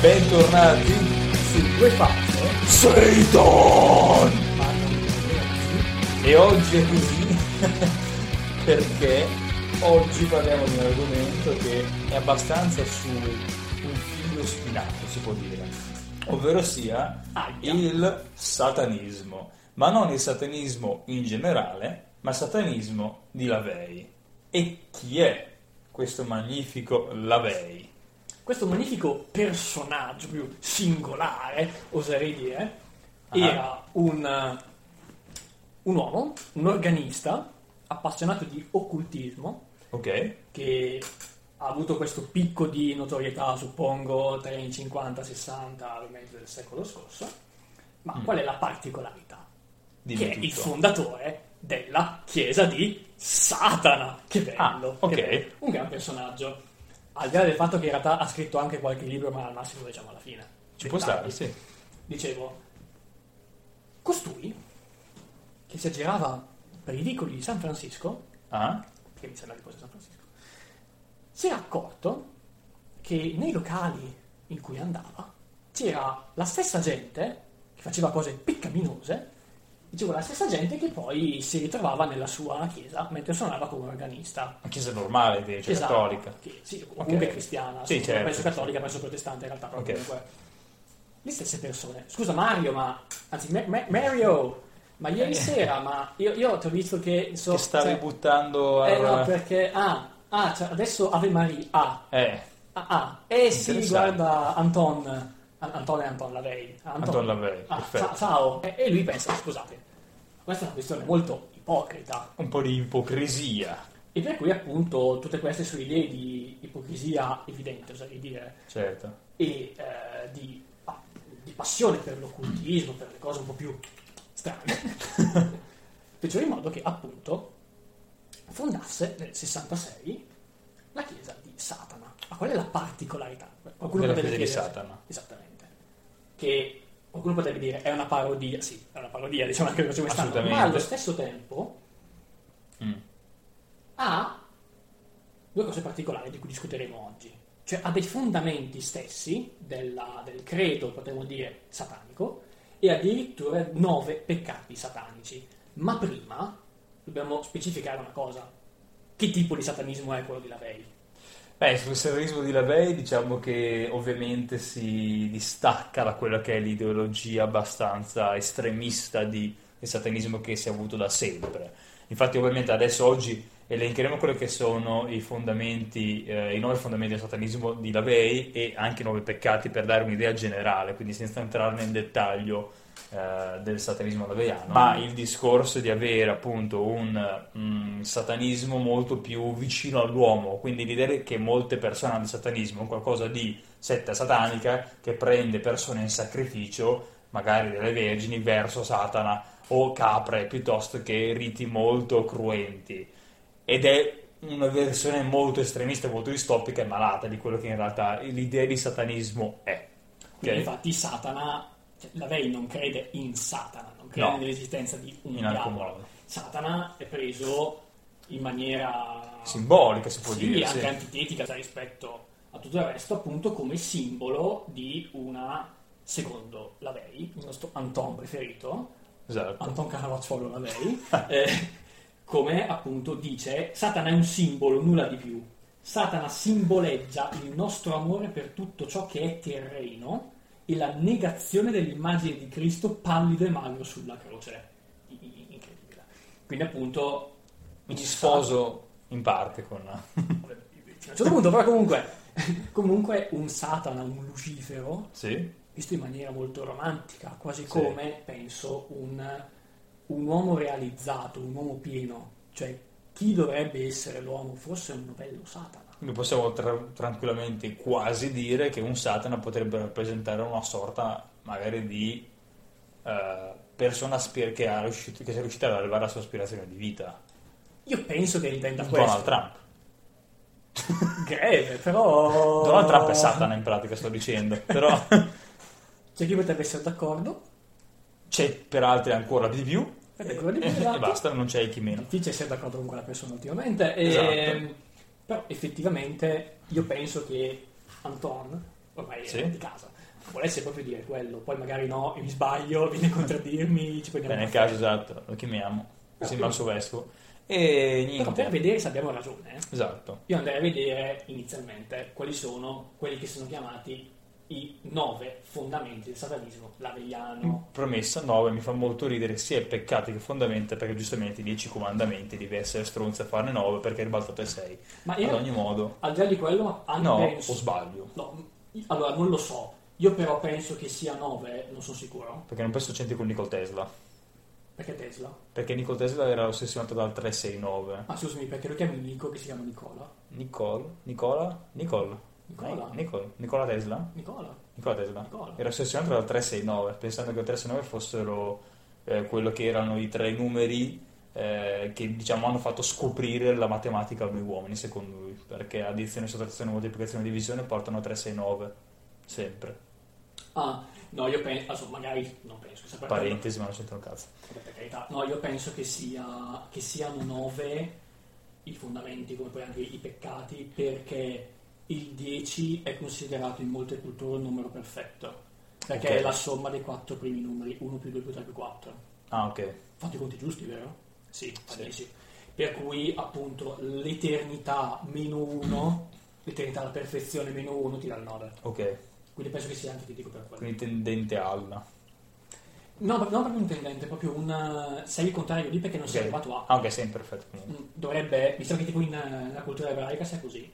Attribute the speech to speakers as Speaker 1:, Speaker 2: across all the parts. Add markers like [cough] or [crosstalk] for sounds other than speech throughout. Speaker 1: bentornati
Speaker 2: Sì, due facce.
Speaker 1: Satan!
Speaker 2: Ma non ragazzi.
Speaker 1: E oggi è così [laughs] perché oggi parliamo di un argomento che è abbastanza su un filo spinato, si può dire, ovvero sia
Speaker 2: Aia.
Speaker 1: il satanismo, ma non il satanismo in generale, ma il satanismo di Lavei. E chi è questo magnifico Lavei?
Speaker 2: Questo magnifico personaggio più singolare, oserei dire,
Speaker 1: Ah.
Speaker 2: era un, eh, un uomo, un organista appassionato di occultismo
Speaker 1: Ok?
Speaker 2: che ha avuto questo picco di notorietà, suppongo, tra i 50 60, al mezzo del secolo scorso. Ma
Speaker 1: Mm.
Speaker 2: qual è la particolarità?
Speaker 1: Dimmi
Speaker 2: che è
Speaker 1: tutto.
Speaker 2: il fondatore della chiesa di Satana. Che bello!
Speaker 1: Ah, ok.
Speaker 2: che bello. Un gran personaggio. Al di là del fatto che in realtà ha scritto anche qualche libro, ma al massimo lo diciamo alla fine.
Speaker 1: Ci può
Speaker 2: Dettagli.
Speaker 1: stare, sì.
Speaker 2: Dicevo, costui che si aggirava per i vicoli di San Francisco,
Speaker 1: Ah?
Speaker 2: perché mi sembra che fosse San Francisco, si era accorto che nei locali in cui andava c'era la stessa gente che faceva cose peccaminose, dicevo la stessa gente che poi si ritrovava nella sua chiesa mentre suonava come organista.
Speaker 1: Una chiesa normale, invece,
Speaker 2: Chiesa-
Speaker 1: cattolica.
Speaker 2: Che, sì, comunque
Speaker 1: Ok.
Speaker 2: cristiana,
Speaker 1: Sì,
Speaker 2: sì,
Speaker 1: certo,
Speaker 2: penso
Speaker 1: sì,
Speaker 2: cattolica, penso protestante in realtà, però
Speaker 1: Ok.
Speaker 2: comunque. Le stesse persone. Scusa Mario, ma... Anzi, Ma- Ma- Mario! Ma ieri sera, ma io, io ti ho visto che... so-
Speaker 1: Eh. Che stavi
Speaker 2: cioè,
Speaker 1: buttando
Speaker 2: eh no,
Speaker 1: al...
Speaker 2: perché... Ah, ah cioè, adesso Ave Maria. Ah,
Speaker 1: Eh,
Speaker 2: ah, ah. Eh sì,
Speaker 1: Interessante.
Speaker 2: guarda Anton. An- Anton e Anton Lavey.
Speaker 1: Anton Lavey,
Speaker 2: Ah,
Speaker 1: perfetto.
Speaker 2: sa- ciao. E, e lui pensa, scusate, questa è una questione molto ipocrita.
Speaker 1: un po' di ipocrisia,
Speaker 2: E per cui appunto tutte queste sue idee di ipocrisia evidente, oserei dire,
Speaker 1: certo.
Speaker 2: e eh, di, pa- di passione per l'occultismo, per le cose un po' più strane,
Speaker 1: [laughs]
Speaker 2: fecero in modo che appunto fondasse nel 66 la chiesa di Satana. Ma qual è la particolarità? Qualcuno
Speaker 1: Della
Speaker 2: potrebbe
Speaker 1: chiesa di
Speaker 2: chiedersi-
Speaker 1: Satana.
Speaker 2: Esattamente. Che qualcuno potrebbe dire è una parodia, sì, è una parodia, diciamo anche cosa quest'anno, ma
Speaker 1: Assolutamente.
Speaker 2: allo stesso tempo
Speaker 1: Mm.
Speaker 2: ha due cose particolari di cui discuteremo oggi. Cioè ha dei fondamenti stessi della- del credo, potremmo dire, satanico e addirittura nove peccati satanici. Ma prima dobbiamo specificare una cosa. Che tipo di satanismo è quello di Lavey?
Speaker 1: Beh, sul satanismo di Lavey diciamo che ovviamente si distacca da quella che è l'ideologia abbastanza estremista di, del satanismo che si è avuto da sempre. Infatti, ovviamente adesso oggi elencheremo quelli che sono i fondamenti, eh, i nove fondamenti del satanismo di Lavey e anche i nove peccati per dare un'idea generale, quindi senza entrare nel dettaglio eh, del satanismo laveiano, ma il discorso di avere appunto un mm, satanismo molto più vicino all'uomo, quindi l'idea che molte persone hanno il satanismo, è qualcosa di setta satanica che prende persone in sacrificio, magari delle vergini, verso Satana o capre, piuttosto che riti molto cruenti. Ed è una versione molto estremista, molto distopica e malata di quello che in realtà l'idea di satanismo è.
Speaker 2: Quindi
Speaker 1: Ok?
Speaker 2: infatti Satana, cioè, Lavey non crede in Satana, non crede
Speaker 1: No.
Speaker 2: nell'esistenza di un
Speaker 1: In alcun
Speaker 2: diavolo.
Speaker 1: modo.
Speaker 2: Satana è preso in maniera
Speaker 1: Simbolica, si può
Speaker 2: sì,
Speaker 1: dire.
Speaker 2: anche
Speaker 1: sì.
Speaker 2: antitetica sai, rispetto a tutto il resto, appunto come simbolo di una, secondo la Vei, il nostro Anton preferito,
Speaker 1: Esatto.
Speaker 2: Anton Caravaggio
Speaker 1: [laughs]
Speaker 2: la Vei, eh, come appunto dice, Satana è un simbolo, nulla di più. Satana simboleggia il nostro amore per tutto ciò che è terreno e la negazione dell'immagine di Cristo pallido e magro sulla croce. I- i- Incredibile. Quindi appunto...
Speaker 1: Mi ci sposo in parte con...
Speaker 2: Vabbè, fino a un certo punto, però comunque, [laughs] comunque un Satana, un Lucifero,
Speaker 1: Sì?
Speaker 2: visto in maniera molto romantica, quasi
Speaker 1: Sì.
Speaker 2: come, penso, un, un uomo realizzato, un uomo pieno. Cioè, chi dovrebbe essere l'uomo? Forse un novello Satana.
Speaker 1: Quindi possiamo tra- tranquillamente quasi dire che un Satana potrebbe rappresentare una sorta magari di eh, persona spir- che, ha riuscito- che è riuscita ad arrivare alla sua aspirazione di vita.
Speaker 2: Io penso che intenda
Speaker 1: Donald
Speaker 2: questo.
Speaker 1: Trump.
Speaker 2: Greve, però...
Speaker 1: Donald Trump è Satana in pratica, sto dicendo. Però
Speaker 2: C'è chi potrebbe essere d'accordo?
Speaker 1: c'è per altri ancora di più.
Speaker 2: Ed è quello di più,
Speaker 1: E
Speaker 2: esatto.
Speaker 1: basta, non c'è chi
Speaker 2: È
Speaker 1: meno.
Speaker 2: difficile essere d'accordo con quella persona ultimamente. E-
Speaker 1: Esatto.
Speaker 2: Però effettivamente io penso che Anton ormai
Speaker 1: Sì.
Speaker 2: è di casa. Volesse proprio dire quello, poi magari no, e mi sbaglio, [laughs] vieni a contraddirmi, ci
Speaker 1: Beh,
Speaker 2: prendiamo
Speaker 1: nel
Speaker 2: un caffè.
Speaker 1: caso esatto, lo chiamiamo,
Speaker 2: Ah,
Speaker 1: sembra il
Speaker 2: sì.
Speaker 1: suo vescovo. E
Speaker 2: Però per
Speaker 1: niente,
Speaker 2: vedere se abbiamo ragione, eh.
Speaker 1: esatto.
Speaker 2: io andrei a vedere inizialmente quali sono quelli che sono chiamati i nove fondamenti del satanismo, l'aveiano,
Speaker 1: Promessa 9 mi fa molto ridere sia i peccati che fondamenta perché giustamente i 10 comandamenti devi essere stronza a farne 9 perché ribaltate 6.
Speaker 2: ma
Speaker 1: Ad
Speaker 2: io Ah,
Speaker 1: ogni modo,
Speaker 2: al di là di quello anche
Speaker 1: Mm. no, o
Speaker 2: penso-
Speaker 1: sbaglio,
Speaker 2: no, io- allora non lo so, io però penso che sia nove, non sono sicuro,
Speaker 1: perché non penso c'entri con Nikola Tesla,
Speaker 2: perché Tesla,
Speaker 1: perché Nikola Tesla era ossessionato dal 369.
Speaker 2: ma Ah, scusami perché lo chiami Nico che si chiama Nicola,
Speaker 1: Nicole, Nicola, Nicole,
Speaker 2: Nicola,
Speaker 1: Eh, Nicole, Nicola Tesla,
Speaker 2: Nicola,
Speaker 1: Nicola Tesla.
Speaker 2: Nicola.
Speaker 1: Era ossessionato dal 369, pensando che il 369 fossero eh, quello che erano i tre numeri eh, che diciamo hanno fatto scoprire la matematica a noi uomini, secondo lui, perché addizione, sottrazione, moltiplicazione e divisione portano a 369, sempre.
Speaker 2: Ah, no, io penso, insomma, magari non penso, saprei-
Speaker 1: Parentesi, ma non c'entra un cazzo.
Speaker 2: Vabbè, per carità. No, io penso che, sia, che siano nove i fondamenti, come poi anche i peccati, perché il 10 è considerato in molte culture un numero perfetto, perché
Speaker 1: Ok.
Speaker 2: è la somma dei quattro primi numeri, 1 più 2 più 3 più 4.
Speaker 1: Ah, ok.
Speaker 2: Fatti i conti giusti, vero? Sì, fa
Speaker 1: Sì.
Speaker 2: 10. Per cui appunto l'eternità meno 1, l'eternità alla perfezione meno 1 ti dà il 9.
Speaker 1: Ok,
Speaker 2: Quindi penso che sia anche critico per quello.
Speaker 1: quindi tendente alla.
Speaker 2: No, non proprio un tendente, proprio un... eh, Sei il contrario lì perché non sei
Speaker 1: Ok.
Speaker 2: arrivato a...
Speaker 1: Ah, ok, sempre perfetto. comunque.
Speaker 2: Mm, dovrebbe, visto che tipo in, eh, nella cultura ebraica sia così,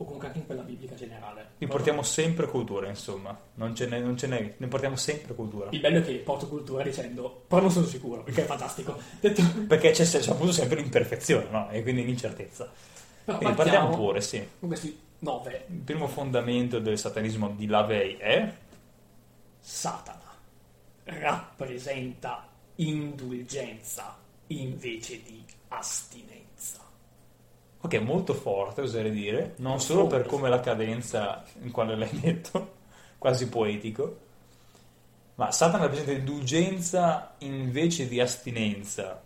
Speaker 2: o comunque anche in quella biblica generale.
Speaker 1: Li portiamo sempre cultura, insomma. Non ce n'è, non ce n'è, ne portiamo sempre cultura.
Speaker 2: Il bello è che porto cultura dicendo, però non sono sicuro, perché
Speaker 1: [laughs]
Speaker 2: è fantastico. Detto,
Speaker 1: Perché c'è, c'è appunto sempre l'imperfezione, no? E quindi l'incertezza.
Speaker 2: però
Speaker 1: Quindi partiamo pure, sì.
Speaker 2: con questi nove,
Speaker 1: Il primo fondamento del satanismo di Lavey è...
Speaker 2: Satana rappresenta indulgenza invece di astinenza.
Speaker 1: Ok, molto forte, oserei dire. Non solo per
Speaker 2: Forte.
Speaker 1: come la cadenza in quale l'hai detto, [laughs] quasi poetico. Ma Satana rappresenta indulgenza invece di astinenza.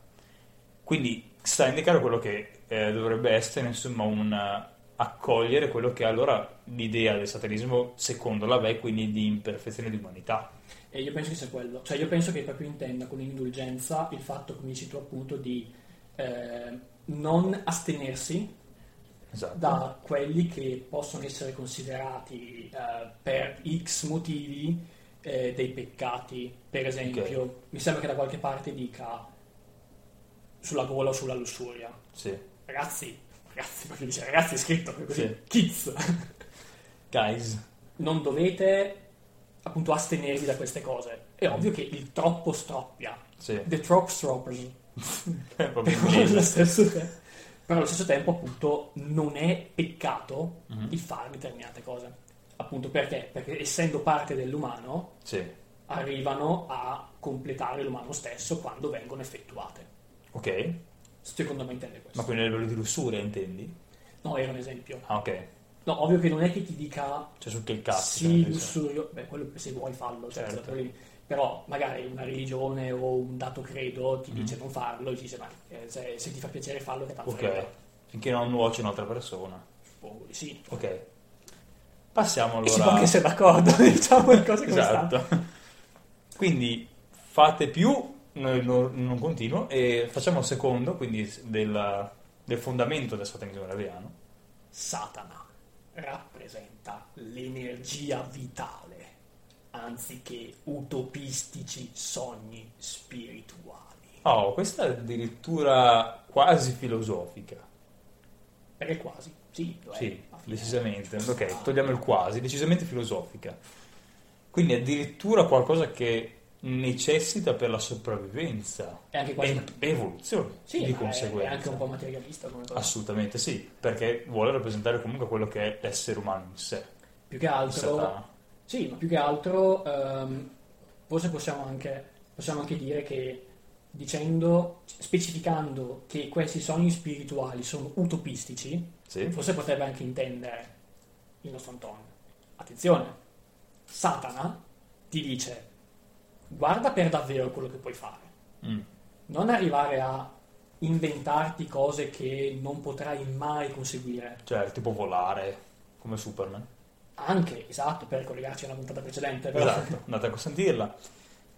Speaker 1: Quindi sta a indicare quello che eh, dovrebbe essere, insomma, un eh, accogliere quello che è allora l'idea del satanismo secondo la Lavey, quindi di imperfezione di umanità.
Speaker 2: E io penso che sia quello, cioè io penso che proprio intenda con indulgenza il fatto, come dici tu appunto, di eh, non astenersi
Speaker 1: Esatto.
Speaker 2: da quelli che possono essere considerati eh, per X motivi eh, dei peccati. Per esempio, mi sembra che da qualche parte dica sulla gola o sulla lussuria.
Speaker 1: Sì.
Speaker 2: Ragazzi, ragazzi, perché dice ragazzi è scritto così,
Speaker 1: Sì.
Speaker 2: kids,
Speaker 1: Guys.
Speaker 2: non dovete appunto astenervi da queste cose. È ovvio che il troppo stroppia.
Speaker 1: Sì.
Speaker 2: The trop stroppers.
Speaker 1: È [laughs] proprio
Speaker 2: [laughs] Allo
Speaker 1: inglese.
Speaker 2: stesso tempo. Però allo stesso tempo, appunto, non è peccato
Speaker 1: Mhm.
Speaker 2: di fare determinate cose. Appunto perché? Perché essendo parte dell'umano,
Speaker 1: Sì.
Speaker 2: arrivano a completare l'umano stesso quando vengono effettuate.
Speaker 1: Ok.
Speaker 2: Secondo me intende
Speaker 1: Ma
Speaker 2: questo.
Speaker 1: quindi a livello di lussuria, intendi?
Speaker 2: No, era un esempio.
Speaker 1: Ah, ok.
Speaker 2: No, ovvio che non è che ti dica
Speaker 1: Cioè sul che il cazzo.
Speaker 2: sì,
Speaker 1: cioè,
Speaker 2: lussurio. Beh, quello se vuoi fallo, cioè,
Speaker 1: Certo.
Speaker 2: senza problemi. Però magari una religione o un dato credo ti dice non farlo e ti dice ma eh, se, se ti fa piacere fallo che tanto
Speaker 1: Mm-hmm. Ok. Finché non nuoce un'altra persona.
Speaker 2: Suppongo di sì.
Speaker 1: Ok. Passiamo
Speaker 2: E si può
Speaker 1: allora.
Speaker 2: anche essere d'accordo, [laughs] diciamo le cose come stanno.
Speaker 1: esatto. [laughs] quindi fate più, noi non, non continuo, e facciamo il secondo, quindi della- del fondamento del satanismo laviano.
Speaker 2: Satana rappresenta l'energia vitale, anziché utopistici sogni spirituali.
Speaker 1: Oh, questa è addirittura quasi filosofica.
Speaker 2: Perché quasi, sì, lo è.
Speaker 1: Sì,
Speaker 2: alla fine. Ah.
Speaker 1: decisamente. Ok, togliamo il quasi, decisamente filosofica. Quindi addirittura qualcosa che necessita per la sopravvivenza
Speaker 2: È anche quasi...
Speaker 1: e evoluzione
Speaker 2: sì,
Speaker 1: di
Speaker 2: ma è-
Speaker 1: conseguenza.
Speaker 2: È anche un po' materialista come cosa.
Speaker 1: Assolutamente sì, perché vuole rappresentare comunque quello che è l'essere umano in sé.
Speaker 2: più che
Speaker 1: Il
Speaker 2: altro...
Speaker 1: Satana.
Speaker 2: Sì, ma più che altro... ehm, forse possiamo anche, possiamo anche dire che dicendo, specificando che questi sogni spirituali sono utopistici,
Speaker 1: Sì,
Speaker 2: Forse potrebbe anche intendere il nostro Antonio. Attenzione, Satana ti dice guarda per davvero quello che puoi fare,
Speaker 1: Mm,
Speaker 2: non arrivare a inventarti cose che non potrai mai conseguire.
Speaker 1: cioè tipo volare come Superman.
Speaker 2: anche, esatto, per collegarci alla puntata precedente, però,
Speaker 1: Esatto, andate a consentirla.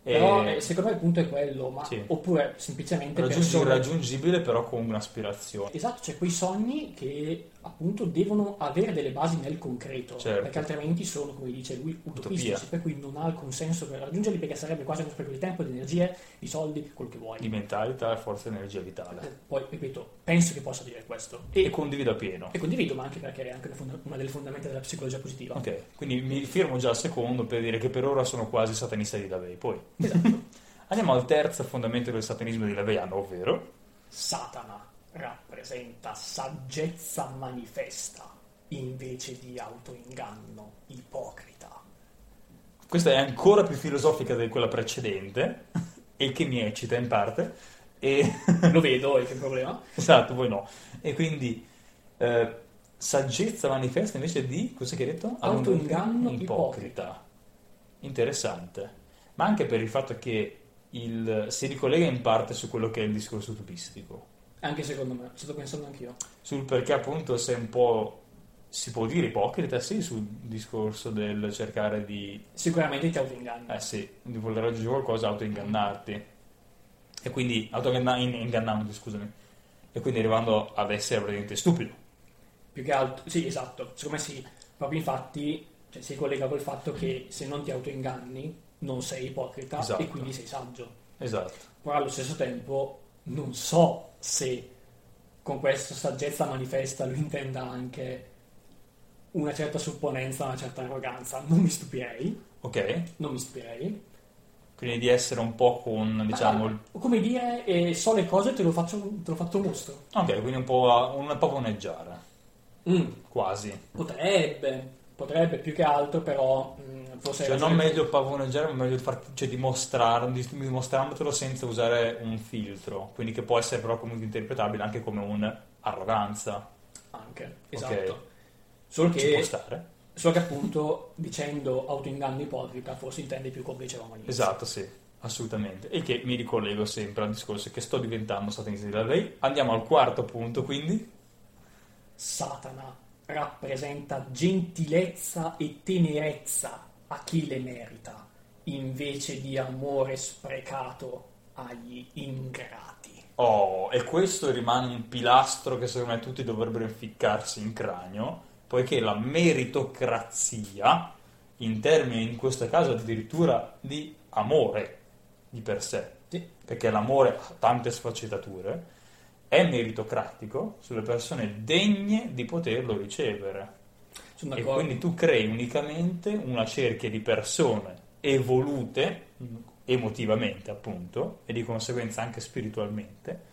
Speaker 1: E
Speaker 2: però, eh, secondo me il punto è quello, ma,
Speaker 1: Sì.
Speaker 2: oppure semplicemente
Speaker 1: raggiungi il
Speaker 2: persone-
Speaker 1: raggiungibile però con un'aspirazione.
Speaker 2: Esatto, c'è quei sogni che appunto devono avere delle basi nel concreto,
Speaker 1: Certo.
Speaker 2: perché altrimenti sono, come dice lui, utopistici,
Speaker 1: Utopia.
Speaker 2: per cui non ha alcun senso per raggiungerli, perché sarebbe quasi uno spreco di tempo, di energie, di soldi, quello che vuoi. Eh,
Speaker 1: Di mentalità e forza e energia vitale.
Speaker 2: Poi, ripeto, penso che possa dire questo.
Speaker 1: E condivido a pieno.
Speaker 2: E condivido, ma anche perché è anche una fonda- una delle fondamenta della psicologia positiva.
Speaker 1: Ok, quindi mi firmo già al secondo per dire che per ora sono quasi satanista di Lavey. Poi
Speaker 2: Esatto.
Speaker 1: andiamo al terzo fondamento del satanismo di Laveiano, ovvero
Speaker 2: Satana rappresenta saggezza manifesta invece di autoinganno ipocrita.
Speaker 1: questa è ancora più filosofica di quella precedente e che mi eccita in parte. E [laughs]
Speaker 2: Lo vedo, è che problema?
Speaker 1: esatto, voi no. E quindi eh, saggezza manifesta invece di cos'è che hai detto?
Speaker 2: Autoinganno
Speaker 1: ipocrita. Interessante, ma anche per il fatto che il- si ricollega in parte su quello che è il discorso utopistico.
Speaker 2: Anche secondo me, ci sto pensando anch'io.
Speaker 1: sul perché appunto sei un po' si può dire ipocrita, sì, sul discorso del cercare di,
Speaker 2: Sicuramente ti autoinganni.
Speaker 1: eh sì, di voler raggiungere qualcosa, autoingannarti. E quindi autoingannandomi, scusami. E quindi arrivando ad essere praticamente stupido.
Speaker 2: Più che altro, sì, esatto. Secondo me sì, proprio infatti cioè, si collega col fatto che se non ti autoinganni non sei ipocrita
Speaker 1: Esatto.
Speaker 2: e quindi sei saggio.
Speaker 1: Esatto.
Speaker 2: Però allo stesso tempo non so se con questa saggezza manifesta lui intenda anche una certa supponenza, una certa arroganza. Non mi stupirei,
Speaker 1: Ok?
Speaker 2: non mi stupirei.
Speaker 1: Quindi di essere un po' con, diciamo... il-
Speaker 2: Ma, come dire, eh, so le cose e te lo faccio, te lo faccio mostro.
Speaker 1: Ok, quindi un po', a- un po' vaneggiare,
Speaker 2: Mm,
Speaker 1: quasi.
Speaker 2: Potrebbe, potrebbe più che altro, però mm, forse...
Speaker 1: Cioè non meglio pavoneggiare, ma meglio far, cioè, dimostrare, dimostrandotelo senza usare un filtro, quindi che può essere però comunque interpretabile anche come un'arroganza.
Speaker 2: Anche,
Speaker 1: Ok.
Speaker 2: esatto. Solo,
Speaker 1: Ci può
Speaker 2: che,
Speaker 1: stare.
Speaker 2: solo che appunto dicendo autoinganno ipocrita forse intende più come dicevamo all'inizio.
Speaker 1: Esatto, sì, assolutamente. E che mi ricollego sempre al discorso che sto diventando satanista di lei. Andiamo al quarto punto, quindi.
Speaker 2: Satana rappresenta gentilezza e tenerezza a chi le merita, invece di amore sprecato agli ingrati.
Speaker 1: Oh, e questo rimane un pilastro che secondo me tutti dovrebbero inficcarsi in cranio, poiché la meritocrazia, in termini in questo caso addirittura di amore di per sé,
Speaker 2: Sì.
Speaker 1: perché l'amore ha tante sfaccettature, è meritocratico sulle persone degne di poterlo ricevere.
Speaker 2: Sono
Speaker 1: E
Speaker 2: d'accordo.
Speaker 1: quindi tu crei unicamente una cerchia di persone evolute emotivamente, appunto, e di conseguenza anche spiritualmente,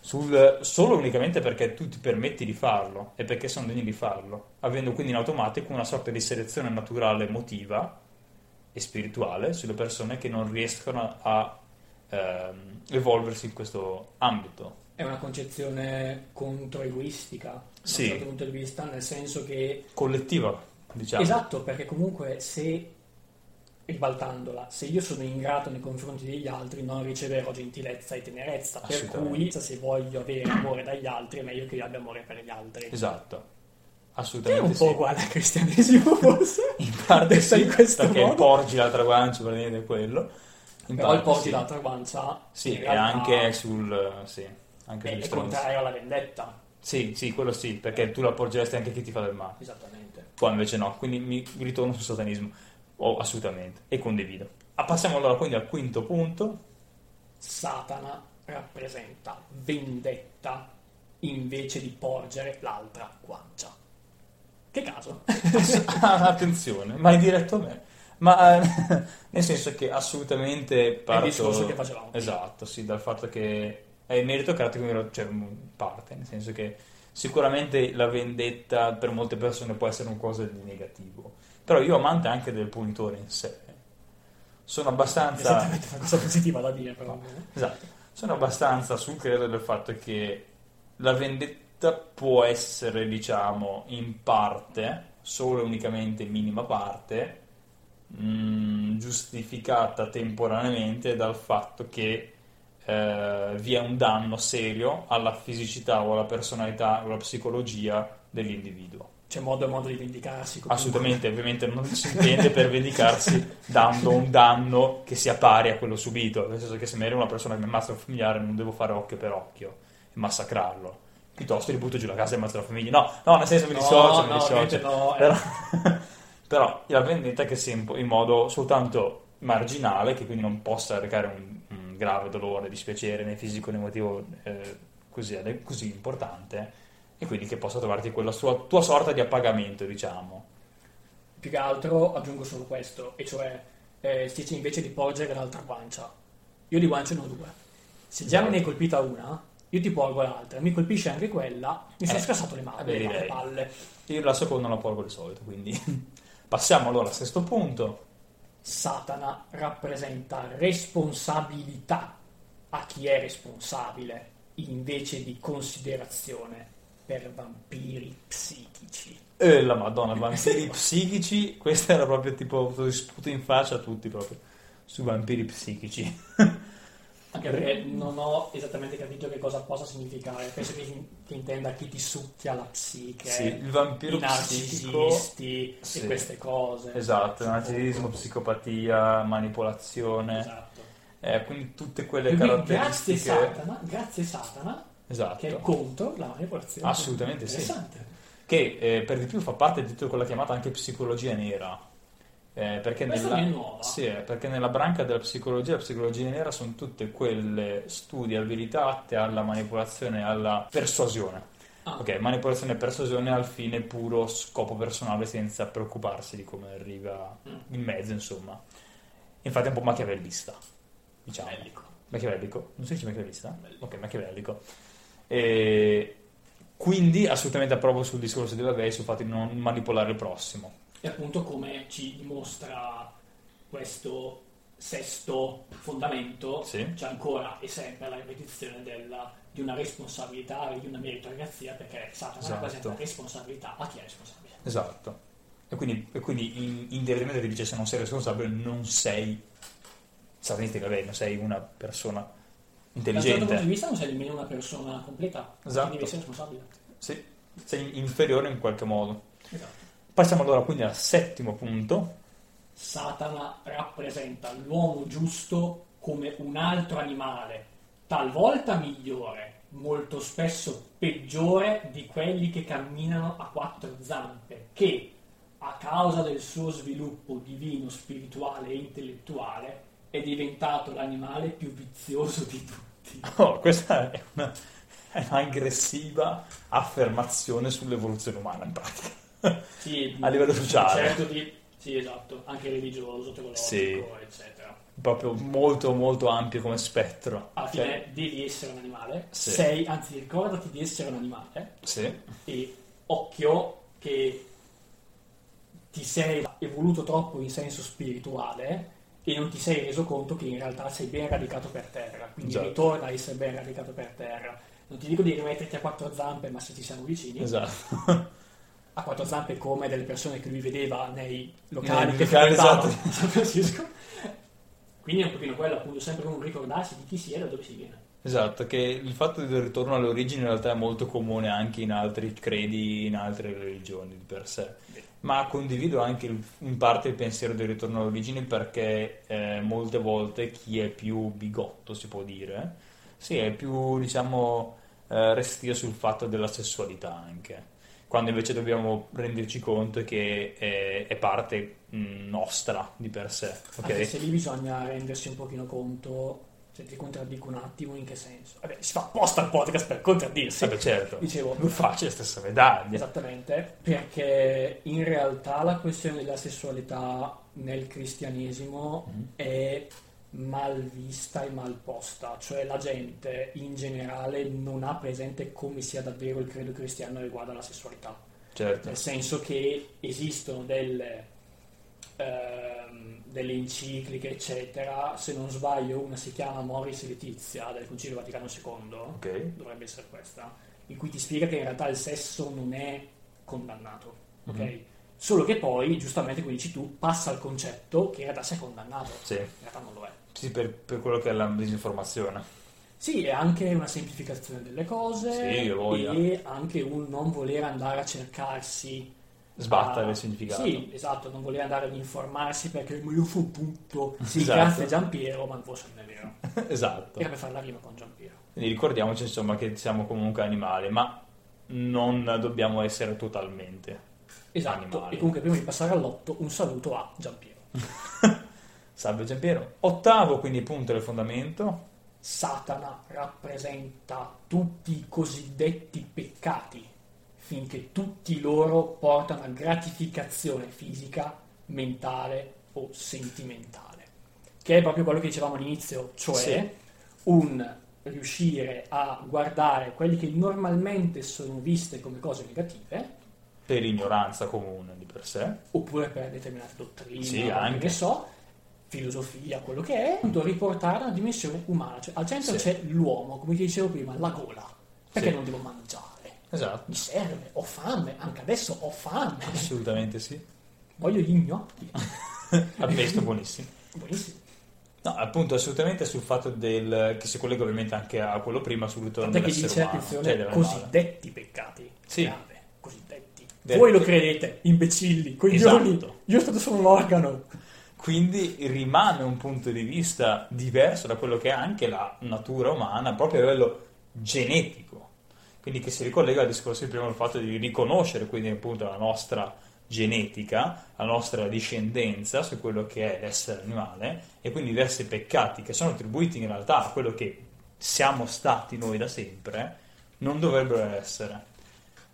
Speaker 1: sul- solo e unicamente perché tu ti permetti di farlo e perché sono degni di farlo, avendo quindi in automatico una sorta di selezione naturale emotiva e spirituale sulle persone che non riescono a ehm, evolversi in questo ambito.
Speaker 2: È una concezione controegoistica, da
Speaker 1: Sì.
Speaker 2: un certo punto di vista, nel senso che
Speaker 1: Collettiva, diciamo.
Speaker 2: Esatto, perché comunque se, ribaltandola, se io sono ingrato nei confronti degli altri non riceverò gentilezza e tenerezza, per
Speaker 1: Assolutamente.
Speaker 2: cui se voglio avere amore dagli altri è meglio che io abbia amore per gli altri.
Speaker 1: Esatto.
Speaker 2: Che è
Speaker 1: Assolutamente
Speaker 2: un
Speaker 1: sì.
Speaker 2: po' uguale al cristianesimo forse,
Speaker 1: [laughs] In parte
Speaker 2: Detta
Speaker 1: sì,
Speaker 2: in questo
Speaker 1: perché
Speaker 2: modo.
Speaker 1: il porgi l'altra guancia praticamente è quello. In
Speaker 2: però il
Speaker 1: parte
Speaker 2: porgi
Speaker 1: sì.
Speaker 2: d'altra guancia
Speaker 1: Sì,
Speaker 2: in
Speaker 1: e
Speaker 2: realtà
Speaker 1: anche sul... Sì, anche
Speaker 2: è,
Speaker 1: sugli
Speaker 2: è
Speaker 1: stronzi.
Speaker 2: contrario alla vendetta.
Speaker 1: Sì, sì, quello sì, perché tu lo appoggeresti anche a chi ti fa del male.
Speaker 2: Esattamente.
Speaker 1: Qua invece no, quindi mi ritorno sul satanismo. Oh, assolutamente, e condivido. Ah, passiamo allora quindi al quinto
Speaker 2: [laughs]
Speaker 1: punto.
Speaker 2: Satana rappresenta vendetta invece di porgere l'altra guancia. Che caso?
Speaker 1: Ah, Attenzione, ma hai diretto a me. Ma eh, [laughs] nel senso che assolutamente
Speaker 2: È il
Speaker 1: parto...
Speaker 2: discorso che facevamo.
Speaker 1: Esatto, sì, dal fatto che è meritocratico, in realtà, cioè, in parte, nel senso che sicuramente la vendetta per molte persone può essere un cosa di negativo, però io amante anche del punitore in sé, sono abbastanza,
Speaker 2: Esattamente, una cosa positiva da dire però.
Speaker 1: esatto, sono abbastanza sul credo del fatto che la vendetta può essere, diciamo, in parte, solo e unicamente in minima parte, mh, giustificata temporaneamente dal fatto che eh, vi è un danno serio alla fisicità o alla personalità o alla psicologia dell'individuo.
Speaker 2: c'è modo e modo di vendicarsi. comunque.
Speaker 1: Assolutamente, ovviamente non si intende per vendicarsi dando un danno che sia pari a quello subito, nel senso che se mi arriva una persona che mi ammazza un familiare non devo fare occhio per occhio e massacrarlo, piuttosto gli butto giù la casa e ammazzo la famiglia, no, no, nel senso mi
Speaker 2: No,
Speaker 1: dissocio, mi
Speaker 2: no,
Speaker 1: dissocio,
Speaker 2: ovviamente no, eh.
Speaker 1: però, [laughs] però la vendetta che sia in, in modo soltanto marginale, che quindi non possa recare un, un grave dolore, dispiacere né fisico né emotivo eh, così, così importante, e quindi che possa trovarti quella sua, tua sorta di appagamento, diciamo.
Speaker 2: Più che altro aggiungo solo questo, e cioè eh, Stitch invece di porgere l'altra guancia. Io di guance ne ho due. Se già
Speaker 1: Esatto.
Speaker 2: me ne è colpita una, io ti porgo l'altra, mi colpisce anche quella, mi sono
Speaker 1: Eh,
Speaker 2: scassato le mani,
Speaker 1: vedi
Speaker 2: le
Speaker 1: lei.
Speaker 2: palle.
Speaker 1: Io la seconda non la porgo di solito, quindi [laughs] passiamo allora al sesto punto.
Speaker 2: Satana rappresenta responsabilità a chi è responsabile invece di considerazione per vampiri psichici.
Speaker 1: E Eh, la Madonna,
Speaker 2: [laughs]
Speaker 1: vampiri psichici, questa era proprio tipo lo sputo in faccia a tutti proprio sui vampiri psichici.
Speaker 2: Anche perché non ho esattamente capito che cosa possa significare. Penso che, che intenda chi ti succhia la psiche,
Speaker 1: Sì, il
Speaker 2: i
Speaker 1: vampiro psichico.
Speaker 2: narcisisti
Speaker 1: sì.
Speaker 2: e queste cose.
Speaker 1: Esatto,
Speaker 2: Suppongo.
Speaker 1: narcisismo, psicopatia, manipolazione,
Speaker 2: Esatto.
Speaker 1: eh, quindi tutte quelle
Speaker 2: Quindi Grazie
Speaker 1: caratteristiche.
Speaker 2: Satana, grazie Satana
Speaker 1: Esatto.
Speaker 2: che è contro la manipolazione.
Speaker 1: Assolutamente sì.
Speaker 2: Interessante.
Speaker 1: che eh, per di più fa parte di tutta quella chiamata anche psicologia nera. Eh, perché,
Speaker 2: Questa
Speaker 1: nella,
Speaker 2: mi è nuova.
Speaker 1: Sì, eh, perché nella branca della psicologia, la psicologia nera sono tutte quelle studi abilitate alla manipolazione e alla persuasione.
Speaker 2: Ah.
Speaker 1: Ok, manipolazione e persuasione al fine puro scopo personale senza preoccuparsi di come arriva
Speaker 2: Mm.
Speaker 1: in mezzo, insomma. Infatti è un po' machiavellista, diciamo.
Speaker 2: Bellico.
Speaker 1: Machiavellico? Non si dice machiavellista?
Speaker 2: Bellico.
Speaker 1: Ok, machiavellico. E quindi assolutamente approvo sul discorso di Vavei sul fatto di non manipolare il prossimo.
Speaker 2: E appunto come ci dimostra questo sesto fondamento,
Speaker 1: Sì.
Speaker 2: c'è ancora e sempre la ripetizione della- di una responsabilità e di una meritocrazia, perché Satana
Speaker 1: Esatto.
Speaker 2: rappresenta responsabilità a chi è responsabile.
Speaker 1: Esatto. E quindi, e quindi in- indirettamente ti dice se non sei responsabile non sei satanista, vabbè, non sei una persona
Speaker 2: Da un certo punto di
Speaker 1: intelligente.
Speaker 2: vista non sei nemmeno una persona completa,
Speaker 1: Esatto.
Speaker 2: quindi devi essere responsabile.
Speaker 1: Sì, sei inferiore in qualche modo.
Speaker 2: Esatto.
Speaker 1: Passiamo allora quindi al settimo punto. [laughs]
Speaker 2: Satana rappresenta l'uomo giusto come un altro animale, talvolta migliore, molto spesso peggiore di quelli che camminano a quattro zampe, che a causa del suo sviluppo divino, spirituale e intellettuale è diventato l'animale più vizioso di tutti.
Speaker 1: Oh, questa è una, è un'aggressiva affermazione sull'evoluzione umana, in pratica. [laughs]
Speaker 2: Sì,
Speaker 1: A livello sociale.
Speaker 2: Certo di- sì, esatto, anche religioso, teologico,
Speaker 1: Sì.
Speaker 2: eccetera.
Speaker 1: Proprio molto molto ampio come spettro.
Speaker 2: Alla
Speaker 1: Cioè,
Speaker 2: fine devi essere un animale,
Speaker 1: Sì.
Speaker 2: sei, anzi ricordati di essere un animale
Speaker 1: Cioè, Sì,
Speaker 2: e occhio che ti sei evoluto troppo in senso spirituale e non ti sei reso conto che in realtà sei ben radicato per terra, quindi
Speaker 1: Esatto.
Speaker 2: ritorna a essere ben radicato per terra. Non ti dico di rimetterti a quattro zampe, ma se ti siamo vicini,
Speaker 1: esatto.
Speaker 2: a quattro zampe come delle persone che lui vedeva nei locali
Speaker 1: Nei
Speaker 2: che
Speaker 1: locali, esatto.
Speaker 2: frequentava a [laughs] San Francisco. Quindi è un pochino quello, appunto, sempre un ricordarsi di chi si è e da dove si viene.
Speaker 1: Esatto, che il fatto del ritorno alle origini in realtà è molto comune anche in altri credi, in altre religioni di per sé. Ma condivido anche il- in parte il pensiero del ritorno alle origini perché eh, molte volte chi è più bigotto, si può dire, sì, è più, diciamo, eh, restio sul fatto della sessualità anche. Quando invece dobbiamo renderci conto che è, è parte mh, nostra di per sé, ok?
Speaker 2: Anche se lì bisogna rendersi un pochino conto, se ti contraddico un attimo, in che senso. Vabbè, si fa apposta il podcast per contraddirsi.
Speaker 1: Vabbè, certo,
Speaker 2: Dicevo,
Speaker 1: due facce la stessa medaglia.
Speaker 2: esattamente, perché in realtà la questione della sessualità nel cristianesimo è mal vista e mal posta, cioè la gente in generale non ha presente come sia davvero il credo cristiano riguardo alla sessualità.
Speaker 1: Certo.
Speaker 2: nel senso che esistono delle, ehm, delle encicliche, eccetera. Se non sbaglio, una si chiama Moris Letizia del Concilio Vaticano II,
Speaker 1: Ok.
Speaker 2: dovrebbe essere questa, in cui ti spiega che in realtà il sesso non è condannato, ok?
Speaker 1: Mhm.
Speaker 2: Solo che poi, giustamente, come dici tu, passa il concetto che in realtà sia condannato.
Speaker 1: Sì.
Speaker 2: In realtà non lo è.
Speaker 1: Sì, per, per quello che è la disinformazione.
Speaker 2: Sì, è anche una semplificazione delle cose
Speaker 1: Sì, che voglia.
Speaker 2: e anche un non voler andare a cercarsi
Speaker 1: Sbattere
Speaker 2: Ah,
Speaker 1: il significato.
Speaker 2: Sì, esatto, non voleva andare ad informarsi perché ma io fu punto.
Speaker 1: [laughs]
Speaker 2: Sì,
Speaker 1: Esatto.
Speaker 2: grazie Giampiero, ma forse non è
Speaker 1: [laughs]
Speaker 2: vero.
Speaker 1: esatto.
Speaker 2: Era per fare la rima con Giampiero.
Speaker 1: Quindi ricordiamoci insomma che siamo comunque animali, ma non dobbiamo essere totalmente
Speaker 2: Esatto.
Speaker 1: animali.
Speaker 2: E comunque prima di passare all'otto, un saluto a Giampiero.
Speaker 1: Salve Giampiero. Ottavo, quindi punto del fondamento.
Speaker 2: Satana rappresenta tutti i cosiddetti peccati, finché tutti loro portano a gratificazione fisica, mentale o sentimentale, che è proprio quello che dicevamo all'inizio, cioè
Speaker 1: Sì.
Speaker 2: un riuscire a guardare quelli che normalmente sono viste come cose negative,
Speaker 1: Per ignoranza comune di per sé.
Speaker 2: oppure per determinate dottrine,
Speaker 1: Sì,
Speaker 2: o
Speaker 1: anche. Mm.
Speaker 2: che so, filosofia, quello che è, do riportare una dimensione umana. Cioè, al centro
Speaker 1: Sì.
Speaker 2: c'è l'uomo, come ti dicevo prima, la gola. Perché
Speaker 1: Sì.
Speaker 2: non devo mangiare?
Speaker 1: Esatto.
Speaker 2: Mi serve, ho fame, anche adesso ho fame. [laughs]
Speaker 1: Assolutamente sì.
Speaker 2: Voglio gli
Speaker 1: [laughs]
Speaker 2: gnocchi.
Speaker 1: A pesto buonissimo.
Speaker 2: Buonissimo.
Speaker 1: No, appunto, assolutamente sul fatto del che si collega ovviamente anche a quello prima sul ritorno
Speaker 2: Tant'è che
Speaker 1: dell'essere
Speaker 2: dice,
Speaker 1: umano,
Speaker 2: attenzione,
Speaker 1: cioè dell'animale.
Speaker 2: cosiddetti peccati.
Speaker 1: Sì.
Speaker 2: Grave, cosiddetti.
Speaker 1: Del-
Speaker 2: Voi lo credete, imbecilli, coglioni.
Speaker 1: Esatto.
Speaker 2: Io sono stato solo un organo. [laughs]
Speaker 1: Quindi rimane un punto di vista diverso da quello che è anche la natura umana, proprio a livello genetico. Quindi che si ricollega al discorso di prima, il fatto di riconoscere quindi appunto la nostra genetica, la nostra discendenza su quello che è l'essere animale e quindi diversi peccati che sono attribuiti in realtà a quello che siamo stati noi da sempre, non dovrebbero essere.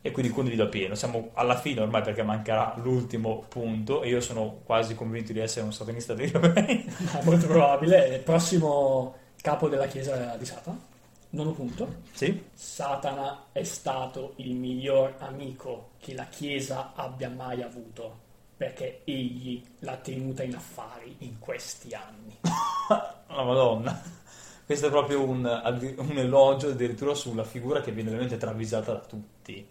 Speaker 1: E quindi condivido appieno. Siamo alla fine ormai perché mancherà l'ultimo punto e io sono quasi convinto di essere un satanista dei Lorraine.
Speaker 2: È molto probabile. Il prossimo capo della chiesa di Satana. Nono punto.
Speaker 1: [laughs] Sì? [laughs]
Speaker 2: Satana è stato il miglior amico che la Chiesa abbia mai avuto, perché egli l'ha tenuta in affari in questi anni.
Speaker 1: La Madonna. Questo è proprio un, addi- un elogio addirittura sulla figura che viene veramente travisata da tutti.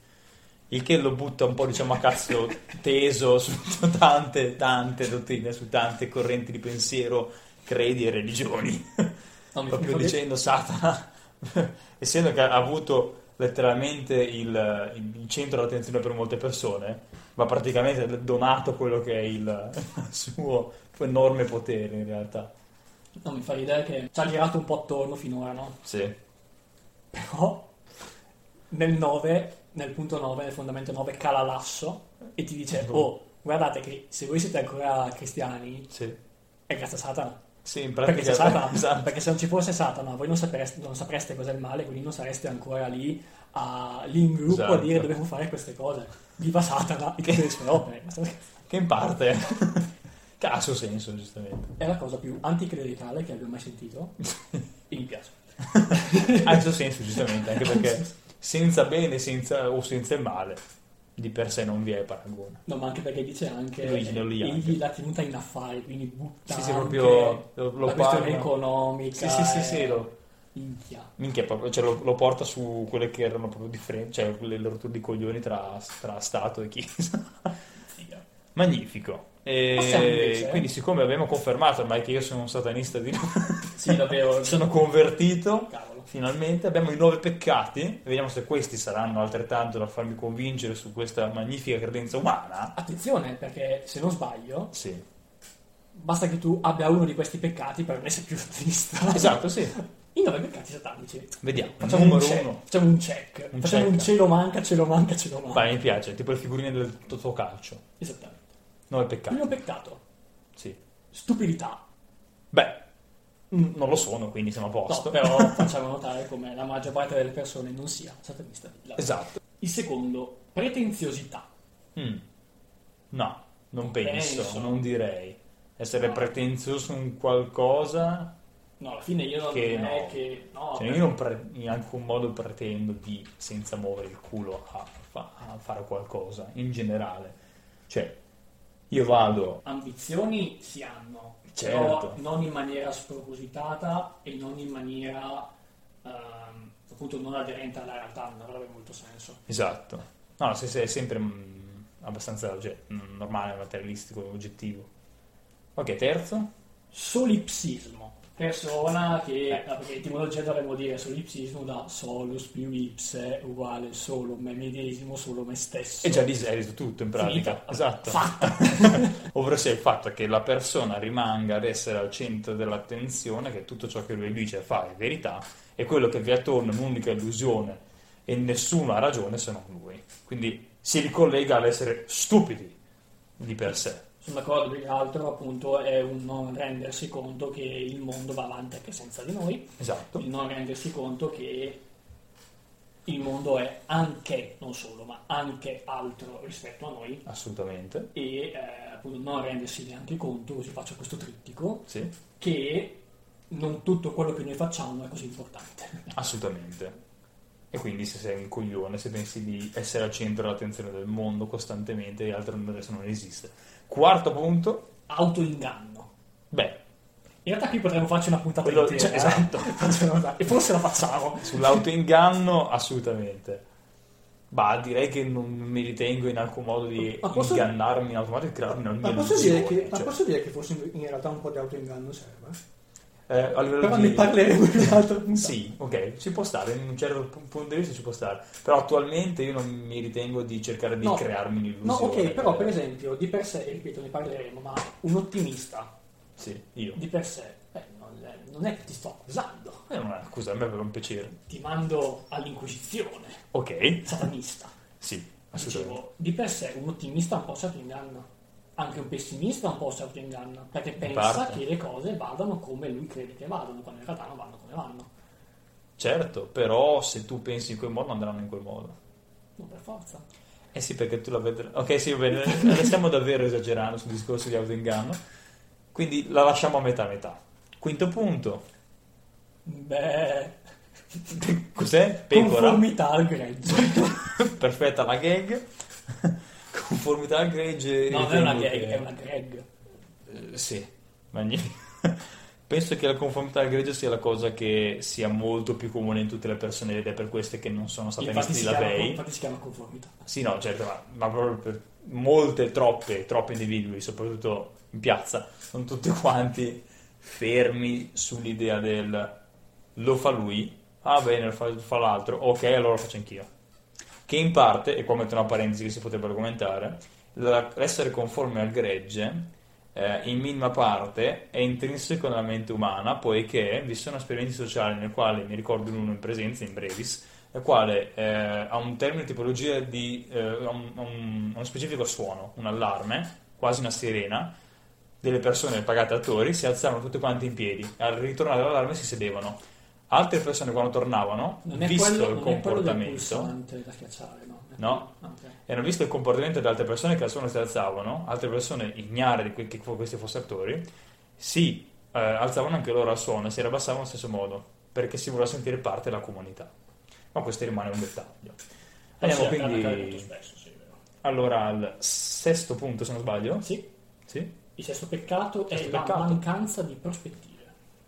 Speaker 1: Il che lo butta un po', diciamo, a cazzo teso su tante, tante dottrine, su tante correnti di pensiero, credi e religioni.
Speaker 2: No, mi-
Speaker 1: proprio
Speaker 2: mi fa-
Speaker 1: dicendo Satana, [laughs] essendo che ha avuto letteralmente il, il centro dell'attenzione per molte persone, ma praticamente donato quello che è il [laughs] suo enorme potere in realtà.
Speaker 2: no, mi fa l'idea che ci ha girato un po' attorno finora, no?
Speaker 1: Sì.
Speaker 2: Però nel 9, nel punto 9, nel fondamento 9, cala l'asso e ti dice, oh, guardate che se voi siete ancora cristiani,
Speaker 1: Sì.
Speaker 2: è grazie a Satana.
Speaker 1: Sì, in
Speaker 2: Perché
Speaker 1: pratica
Speaker 2: c'è
Speaker 1: [laughs]
Speaker 2: Satana,
Speaker 1: esatto.
Speaker 2: perché se non ci fosse Satana voi non sapreste, non sapreste cos'è il male, quindi non sareste ancora lì, a- lì in gruppo a
Speaker 1: Esatto.
Speaker 2: dire dobbiamo fare queste cose. Viva Satana e
Speaker 1: [laughs]
Speaker 2: tutte le sue opere. Ma sai-
Speaker 1: che in parte [laughs] che ha suo senso, giustamente.
Speaker 2: È la cosa più anticlericale che abbia mai sentito e mi piace.
Speaker 1: Ha suo senso, giustamente, anche perché
Speaker 2: [laughs]
Speaker 1: senza bene senza- o senza il male di per sé non vi è paragone.
Speaker 2: No, ma anche perché dice anche
Speaker 1: Luigi Lolli anche.
Speaker 2: egli l'ha tenuta in affari, quindi butta
Speaker 1: Sì, sì,
Speaker 2: anche
Speaker 1: proprio lo, lo
Speaker 2: la questione
Speaker 1: parla.
Speaker 2: economica.
Speaker 1: Sì, sì, sì,
Speaker 2: e-
Speaker 1: sì, lo,
Speaker 2: Minchia.
Speaker 1: Minchia, proprio, cioè, lo, lo porta su quelle che erano proprio differenze, cioè le rotture di coglioni tra, tra Stato e Chiesa. [laughs] Magnifico. E
Speaker 2: Passiamo invece, eh.
Speaker 1: quindi, siccome abbiamo confermato ormai che io sono un satanista di
Speaker 2: Sì, davvero.
Speaker 1: [laughs] sono convertito,
Speaker 2: Cavolo.
Speaker 1: finalmente abbiamo i nove peccati. Vediamo se questi saranno altrettanto da farmi convincere su questa magnifica credenza umana.
Speaker 2: Attenzione, perché se non sbaglio,
Speaker 1: Sì,
Speaker 2: Basta che tu abbia uno di questi peccati per non essere più satanista.
Speaker 1: [laughs] esatto, sì.
Speaker 2: I nove peccati satanici.
Speaker 1: Vediamo.
Speaker 2: Facciamo un,
Speaker 1: Numero
Speaker 2: check,
Speaker 1: uno.
Speaker 2: facciamo un check.
Speaker 1: Un
Speaker 2: facciamo
Speaker 1: check.
Speaker 2: un cielo manca, cielo manca, cielo manca.
Speaker 1: Vai, mi piace, tipo le figurine del Totocalcio.
Speaker 2: Esattamente.
Speaker 1: Nove peccati.
Speaker 2: Primo peccato.
Speaker 1: Sì.
Speaker 2: Stupidità.
Speaker 1: Beh, mm, non lo sono, quindi siamo a posto. [laughs]
Speaker 2: No, però facciamo notare come la maggior parte delle persone non sia satanista.
Speaker 1: Esatto.
Speaker 2: Il secondo, pretenziosità.
Speaker 1: Mm. No, non penso,
Speaker 2: penso.
Speaker 1: non direi. Essere pretenzioso in qualcosa...
Speaker 2: No, alla fine io non
Speaker 1: Che
Speaker 2: è
Speaker 1: no.
Speaker 2: che... No,
Speaker 1: Cioè, io non pre- in alcun modo pretendo di, senza muovere il culo, a, fa- a fare qualcosa, in generale. Cioè, io vado...
Speaker 2: ambizioni si hanno,
Speaker 1: Certo.
Speaker 2: però non in maniera spropositata e non in maniera ehm, appunto non aderente alla realtà, non avrebbe molto senso.
Speaker 1: Esatto. No, se sei sempre mm, abbastanza cioè, mm, normale, materialistico, oggettivo. Ok, terzo?
Speaker 2: Solipsismo, che persona
Speaker 1: Eh.
Speaker 2: che, ah, perché etimologia dovremmo dire solipsismo da solus più ipse uguale solo me medesimo, solo me stesso.
Speaker 1: E già lì sei risolto tutto in pratica.
Speaker 2: Finita.
Speaker 1: Esatto.
Speaker 2: Fatta.
Speaker 1: Ovvero sia il fatto che la persona rimanga ad essere al centro dell'attenzione, che tutto ciò che lui dice e fa è verità, e quello che vi attorno è un'unica illusione e nessuno ha ragione se non lui. Quindi si ricollega all'essere stupidi di per sé.
Speaker 2: Sono d'accordo, più che altro appunto è un non rendersi conto che il mondo va avanti anche senza di noi,
Speaker 3: Certo.
Speaker 1: Esatto.
Speaker 2: il non rendersi conto che il mondo è anche, non solo, ma anche altro rispetto a noi
Speaker 1: Assolutamente.
Speaker 2: e eh, appunto non rendersi neanche conto, così faccio questo trittico,
Speaker 1: Sì,
Speaker 2: che non tutto quello che noi facciamo è così importante. [laughs]
Speaker 1: assolutamente. E quindi se sei un coglione, se pensi di essere al centro dell'attenzione del mondo costantemente, l'altro adesso non esiste. Quarto punto,
Speaker 2: Autoinganno.
Speaker 1: beh,
Speaker 2: In realtà qui potremmo farci una puntata
Speaker 1: Quello-
Speaker 2: intera,
Speaker 1: cioè,
Speaker 2: eh.
Speaker 1: esatto.
Speaker 2: Faccio una puntata- e [laughs] forse la facciamo.
Speaker 1: sull'autoinganno assolutamente. Bah, direi che non mi ritengo in alcun modo di
Speaker 3: Ma posso-
Speaker 1: ingannarmi in automatico e crearmi una mia
Speaker 3: Ma posso, dire
Speaker 1: illusione,
Speaker 3: che, ma
Speaker 1: cioè,
Speaker 3: posso dire che forse in in realtà un po' di autoinganno serve?
Speaker 1: eh, a livello
Speaker 3: Però
Speaker 1: di-
Speaker 3: ne parleremo in un'altra puntata.
Speaker 1: Sì, ok, ci può stare, in un certo pu- punto di vista ci può stare, però attualmente io non mi ritengo di cercare di
Speaker 2: No.
Speaker 1: crearmi
Speaker 2: No,
Speaker 1: un'illusione.
Speaker 2: ok, però per esempio, di per sé, ripeto, ne parleremo, ma un ottimista
Speaker 1: Sì, io.
Speaker 2: di per sé, beh, non, è, non è che ti sto accusando,
Speaker 1: Eh, ma scusa, a me per un piacere.
Speaker 2: ti mando all'inquisizione,
Speaker 1: Ok,
Speaker 2: satanista.
Speaker 1: Ah, sì, assolutamente.
Speaker 2: Dicevo, di per sé un ottimista un po' si autoinganna, anche un pessimista un po' si autoinganna, perché pensa
Speaker 1: parte.
Speaker 2: che le cose vadano come lui crede che vadano, quando in realtà non vanno come vanno.
Speaker 1: Certo, però se tu pensi in quel modo andranno in quel modo.
Speaker 2: Non per forza.
Speaker 1: Eh sì, perché tu la vedrai. Ok, sì, va bene. Adesso Stiamo davvero esagerando sul discorso di autoinganno. Quindi la lasciamo a metà metà. Quinto punto. [laughs]
Speaker 2: Beh,
Speaker 1: Cos'è? Pecora.
Speaker 2: conformità al greggio.
Speaker 1: Perfetta la gag. Conformità al gregge.
Speaker 2: No, non è una
Speaker 1: ritengo
Speaker 2: gag,
Speaker 1: che-
Speaker 2: è una greg.
Speaker 1: Eh, Sì, ma niente. [laughs] Penso che la conformità al greggio sia la cosa che sia molto più comune in tutte le persone ed è per queste che non sono state
Speaker 2: Infatti
Speaker 1: viste
Speaker 2: si,
Speaker 1: la
Speaker 2: chiama,
Speaker 1: lei.
Speaker 2: infatti si chiama conformità.
Speaker 1: Sì, no, certo, ma, ma proprio per molte, troppe, troppe individui, soprattutto in piazza, sono tutti [laughs] quanti fermi sull'idea del lo fa lui, ah bene, lo fa, lo fa l'altro, ok, allora lo faccio anch'io. Che in parte, e qua metto una parentesi che si potrebbe argomentare, la- l'essere conforme al gregge eh, in minima parte è intrinseco nella mente umana, poiché vi sono esperienze sociali nel quale, mi ricordo uno in presenza, in brevis, la quale eh, ha un termine tipologia di eh, ha un- ha un- uno specifico suono, un allarme, quasi una sirena, delle persone pagate attori si alzarono tutte quante in piedi, al ritornare all'allarme si sedevano. Altre persone quando tornavano,
Speaker 2: Non è
Speaker 1: visto
Speaker 2: quello,
Speaker 1: il
Speaker 2: non è quello del eh.
Speaker 1: comportamento,
Speaker 2: pulsante da schiacciare, no?
Speaker 1: No.
Speaker 2: Ah, ok.
Speaker 1: e hanno visto il comportamento di altre persone che al suono si alzavano, altre persone ignare di que- che fo- questi fossero attori, si eh, alzavano anche loro al suono e si rabbassavano allo stesso modo, perché si voleva sentire parte della comunità. Ma questo rimane un dettaglio. Andiamo
Speaker 2: Sì, accade molto
Speaker 1: quindi
Speaker 2: spesso, sì, è vero.
Speaker 1: allora al sesto punto, se non sbaglio.
Speaker 2: Sì,
Speaker 1: Sì?
Speaker 2: il sesto peccato
Speaker 1: Sesto
Speaker 2: è
Speaker 1: peccato.
Speaker 2: la mancanza di prospettive.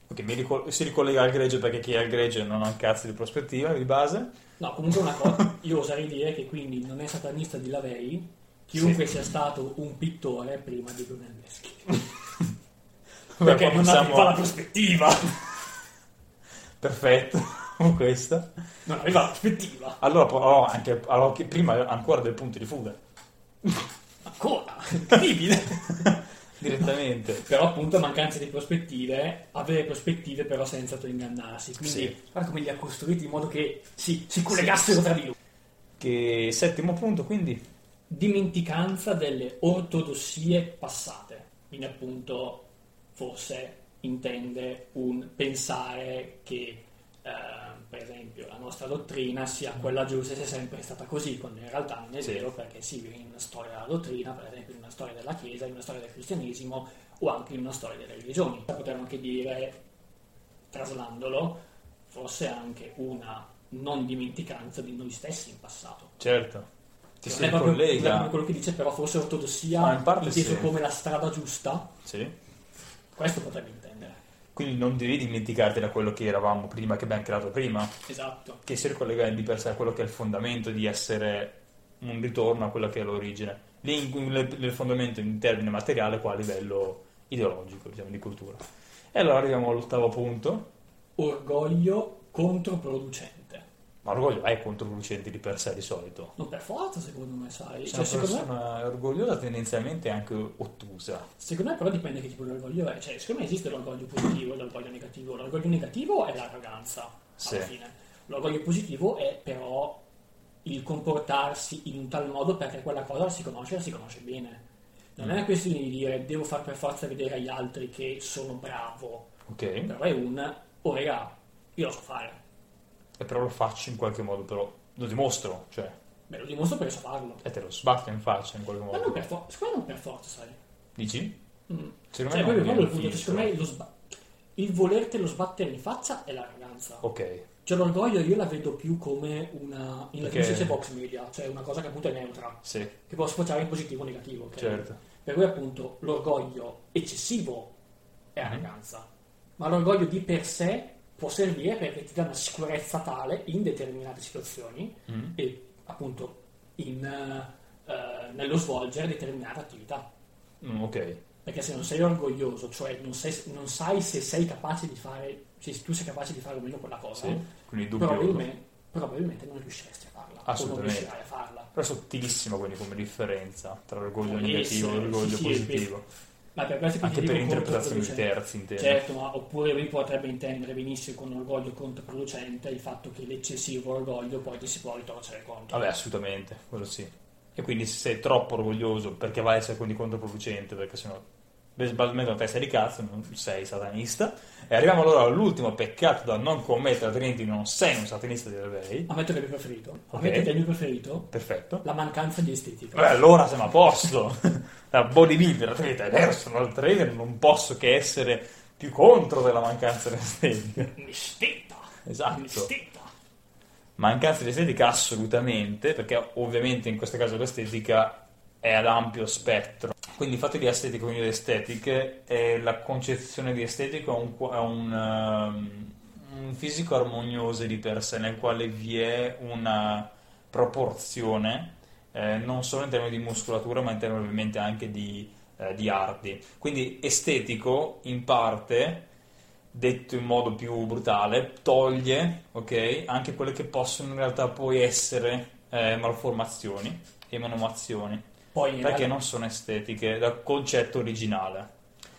Speaker 1: Ok, mi ricol- si ricollega al greggio perché chi è al greggio non ha un cazzo di prospettiva di base.
Speaker 2: No, comunque una cosa, io oserei dire che quindi non è satanista di Lavey chiunque
Speaker 1: Sì.
Speaker 2: sia stato un pittore prima di Brunelleschi.
Speaker 1: Vabbè,
Speaker 2: Perché
Speaker 1: qua
Speaker 2: non
Speaker 1: pensiamo-
Speaker 2: aveva la prospettiva.
Speaker 1: Perfetto, [laughs] questa.
Speaker 2: Non aveva la prospettiva.
Speaker 1: Allora, po- oh, anche, allora, che prima ancora del punto di fuga, [laughs]
Speaker 2: Ancora, incredibile.
Speaker 1: direttamente.
Speaker 2: Però appunto mancanza di prospettive, avere prospettive però senza autoingannarsi. Quindi
Speaker 1: Sì.
Speaker 2: guarda come li ha costruiti in modo che sì, si collegassero tra di loro.
Speaker 1: Che settimo punto, quindi.
Speaker 2: Dimenticanza delle ortodossie passate. Quindi appunto forse intende un pensare che eh, per esempio la nostra dottrina sia quella giusta e sia sempre stata così, quando in realtà non è
Speaker 1: Sì.
Speaker 2: vero perché sì, viene in una storia della dottrina, per esempio in una storia della Chiesa, in una storia del cristianesimo o anche in una storia delle religioni. Cioè, Potremmo anche dire, traslandolo, forse anche una non dimenticanza di noi stessi in passato.
Speaker 1: Certo, ti
Speaker 2: Non
Speaker 1: si
Speaker 2: è proprio- non è
Speaker 1: ricollega.
Speaker 2: proprio quello che dice, però forse ortodossia
Speaker 1: Ah, in parte
Speaker 2: inteso
Speaker 1: sì.
Speaker 2: come la strada giusta,
Speaker 1: Sì.
Speaker 2: questo potrebbe intendere.
Speaker 1: Quindi non devi dimenticarti da quello che eravamo prima, che abbiamo creato prima,
Speaker 2: Esatto.
Speaker 1: che si ricollega di per sé a quello che è il fondamento di essere un ritorno a quella che è l'origine. Lì in- in- nel fondamento in termine materiale qua a livello ideologico, diciamo, di cultura. E allora arriviamo all'ottavo punto.
Speaker 2: Orgoglio controproducente.
Speaker 1: Ma l'orgoglio è controproducente di per sé di solito.
Speaker 2: Non per forza, secondo me, sai.
Speaker 1: Se
Speaker 2: Cioè,
Speaker 1: una
Speaker 2: secondo, me,
Speaker 1: persona è orgogliosa tendenzialmente è anche ottusa.
Speaker 2: secondo me però dipende che tipo di orgoglio è. Cioè, secondo me esiste l'orgoglio positivo e l'orgoglio negativo. L'orgoglio negativo è l'arroganza, alla
Speaker 1: Sì.
Speaker 2: fine. L'orgoglio positivo è però il comportarsi in un tal modo perché quella cosa la si conosce e la si conosce bene. Non è
Speaker 1: Mm.
Speaker 2: una questione di dire devo far per forza vedere agli altri che sono bravo,
Speaker 1: Ok? E
Speaker 2: però è un oh regà, io lo so fare.
Speaker 1: però lo faccio in qualche modo, però lo dimostro, cioè,
Speaker 2: Beh, lo dimostro perché so farlo.
Speaker 1: e te lo sbatto in faccia in qualche
Speaker 2: Ma non
Speaker 1: modo.
Speaker 2: per forza, secondo me non per forza, sai.
Speaker 1: Dici?
Speaker 2: Mm.
Speaker 1: Secondo
Speaker 2: Cioè,
Speaker 1: non
Speaker 2: proprio
Speaker 1: viene
Speaker 2: quello è il
Speaker 1: un
Speaker 2: punto,
Speaker 1: filtro.
Speaker 2: secondo me lo sba- il volertelo sbattere in faccia è l'arroganza.
Speaker 1: Ok,
Speaker 2: Cioè l'orgoglio io la vedo più come una... in latino si
Speaker 1: Ok.
Speaker 2: dice box media, cioè una cosa che appunto è neutra,
Speaker 1: sì,
Speaker 2: che può sfociare in positivo o negativo. ok?
Speaker 1: certo.
Speaker 2: Per cui appunto l'orgoglio eccessivo è
Speaker 1: Mhm.
Speaker 2: arroganza, ma l'orgoglio di per sé può servire perché ti dà una sicurezza tale in determinate situazioni
Speaker 1: Mm.
Speaker 2: e appunto in, eh, eh, nello svolgere determinate attività.
Speaker 1: Mm, ok,
Speaker 2: Perché se non sei orgoglioso, cioè non, sei- non sai se sei capace di fare, se tu sei capace di fare o meno quella cosa,
Speaker 1: sì. Quindi dubbio.
Speaker 2: probabilmente, probabilmente non riusciresti a farla. O non
Speaker 1: Assolutamente.
Speaker 2: riuscirai a farla.
Speaker 1: Però è sottilissima quindi come differenza tra l'orgoglio
Speaker 2: Può
Speaker 1: negativo e
Speaker 2: essere,
Speaker 1: l'orgoglio
Speaker 2: sì, sì,
Speaker 1: positivo.
Speaker 2: Ma per questo
Speaker 1: Anche
Speaker 2: ti
Speaker 1: per
Speaker 2: dico
Speaker 1: interpretazioni di
Speaker 2: controproducente.
Speaker 1: terzi, intendo.
Speaker 2: Certo, ma oppure lui potrebbe intendere benissimo con orgoglio controproducente il fatto che l'eccessivo orgoglio poi ti si può ritorcere contro.
Speaker 1: Vabbè, assolutamente, quello sì. E quindi se sei troppo orgoglioso, perché va a essere quindi controproducente, perché sennò sbalmente una testa di cazzo, non sei satanista. E arriviamo allora all'ultimo peccato da non commettere, altrimenti non sei un satanista di Rebei.
Speaker 2: Ammetto che è il mio preferito.
Speaker 1: Ok.
Speaker 2: Ammetto che è il mio preferito.
Speaker 1: Perfetto.
Speaker 2: La mancanza di estetica.
Speaker 1: Beh, allora siamo a posto. [laughs] Da bodybuilder, atleta e personal trainer non posso che essere più contro della mancanza di [laughs] estetica.
Speaker 2: L'estetica!
Speaker 1: Esatto.
Speaker 2: L'estetica!
Speaker 1: Mancanza di estetica assolutamente, perché ovviamente in questo caso l'estetica è ad ampio spettro. Quindi il fatto di estetico quindi di estetiche, è la concezione di estetico è un, qua- è un, ehm, un fisico armonioso di per sé, nel quale vi è una proporzione, eh, non solo in termini di muscolatura, ma in termini ovviamente anche di, eh, di arti. Quindi estetico, in parte, detto in modo più brutale, toglie, ok, anche quelle che possono in realtà poi essere eh, malformazioni e menomazioni
Speaker 2: Poi in
Speaker 1: perché
Speaker 2: realtà-
Speaker 1: non sono estetiche dal concetto originale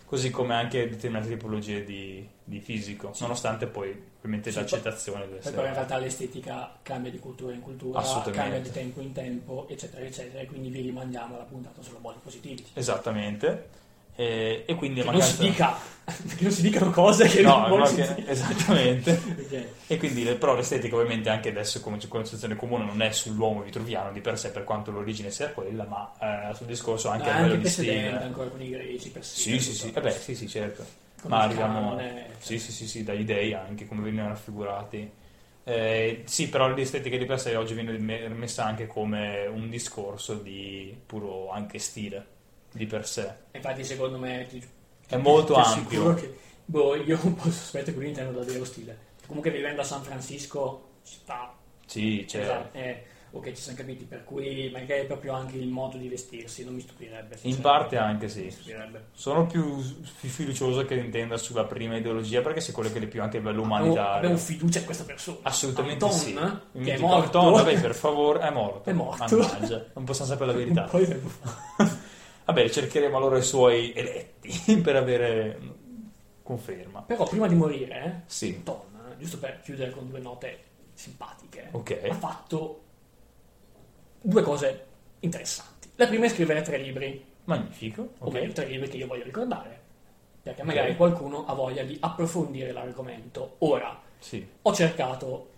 Speaker 1: così come anche determinate tipologie di, di fisico nonostante poi ovviamente
Speaker 2: Sì,
Speaker 1: l'accettazione deve
Speaker 2: Poi però in
Speaker 1: essere
Speaker 2: realtà l'estetica cambia di cultura in cultura,
Speaker 1: Assolutamente.
Speaker 2: cambia di tempo in tempo, eccetera, eccetera, e quindi vi rimandiamo alla puntata sulla body positivity.
Speaker 1: esattamente e, e quindi
Speaker 2: Che
Speaker 1: è
Speaker 2: non si dica, [laughs] che non si dicano cose che
Speaker 1: no,
Speaker 2: non
Speaker 1: no,
Speaker 2: vuoi
Speaker 1: che-
Speaker 2: sentire.
Speaker 1: [laughs] esattamente
Speaker 2: Perché-
Speaker 1: E quindi le- però l'estetica ovviamente anche adesso come concezione comune non è sull'uomo vitruviano di per sé per quanto l'origine sia quella, ma eh, sul discorso anche
Speaker 2: Ma
Speaker 1: a
Speaker 2: Ah, anche
Speaker 1: livello di
Speaker 2: precedente,
Speaker 1: stile.
Speaker 2: ancora con i greci, persino.
Speaker 1: Sì, sì, sì, eh beh, sì, sì, certo.
Speaker 2: Con
Speaker 1: Ma
Speaker 2: il
Speaker 1: arriviamo
Speaker 2: canone.
Speaker 1: sì, sì, sì, sì, dagli dei anche come venivano raffigurati. Eh, sì, però l'estetica di per sé oggi viene me- messa anche come un discorso di puro anche stile di per sé.
Speaker 2: Infatti secondo me... ti-
Speaker 1: È molto
Speaker 2: ti
Speaker 1: ampio.
Speaker 2: assicuro Che, boh, io [laughs] un po' sospetto che lui intenda davvero stile. Comunque vivendo a San Francisco, città
Speaker 1: Sì, certo.
Speaker 2: Esatto, eh, ok, ci siamo capiti, per cui magari è proprio anche il modo di vestirsi, non mi stupirebbe.
Speaker 1: In
Speaker 2: sinceramente.
Speaker 1: parte anche
Speaker 2: Non mi
Speaker 1: sì.
Speaker 2: stupirebbe.
Speaker 1: Sono più fi- fiducioso che intenda sulla prima ideologia perché sei quello che è più anche bello
Speaker 2: Abbiamo-
Speaker 1: umanitario.
Speaker 2: Abbiamo fiducia in questa persona.
Speaker 1: Assolutamente
Speaker 2: Anton,
Speaker 1: sì.
Speaker 2: eh,
Speaker 1: Il
Speaker 2: che è
Speaker 1: mitico
Speaker 2: morto.
Speaker 1: Anton, vabbè, per favore, è morto. Ah,
Speaker 2: È morto.
Speaker 1: Mannaggia, non possiamo sapere la
Speaker 2: [laughs]
Speaker 1: verità.
Speaker 2: Poi abbiamo-
Speaker 1: Vabbè, cercheremo allora i suoi eletti [laughs] per avere conferma.
Speaker 2: Però prima di morire, eh,
Speaker 1: Sì,
Speaker 2: Anton, eh, giusto per chiudere con due note simpatiche, ha
Speaker 1: ok.
Speaker 2: fatto due cose interessanti. La prima è scrivere tre libri,
Speaker 1: Magnifico.
Speaker 2: o meglio
Speaker 1: Ok.
Speaker 2: tre libri che io voglio ricordare, perché magari
Speaker 1: Ok.
Speaker 2: qualcuno ha voglia di approfondire l'argomento. Ora,
Speaker 1: Sì.
Speaker 2: ho cercato,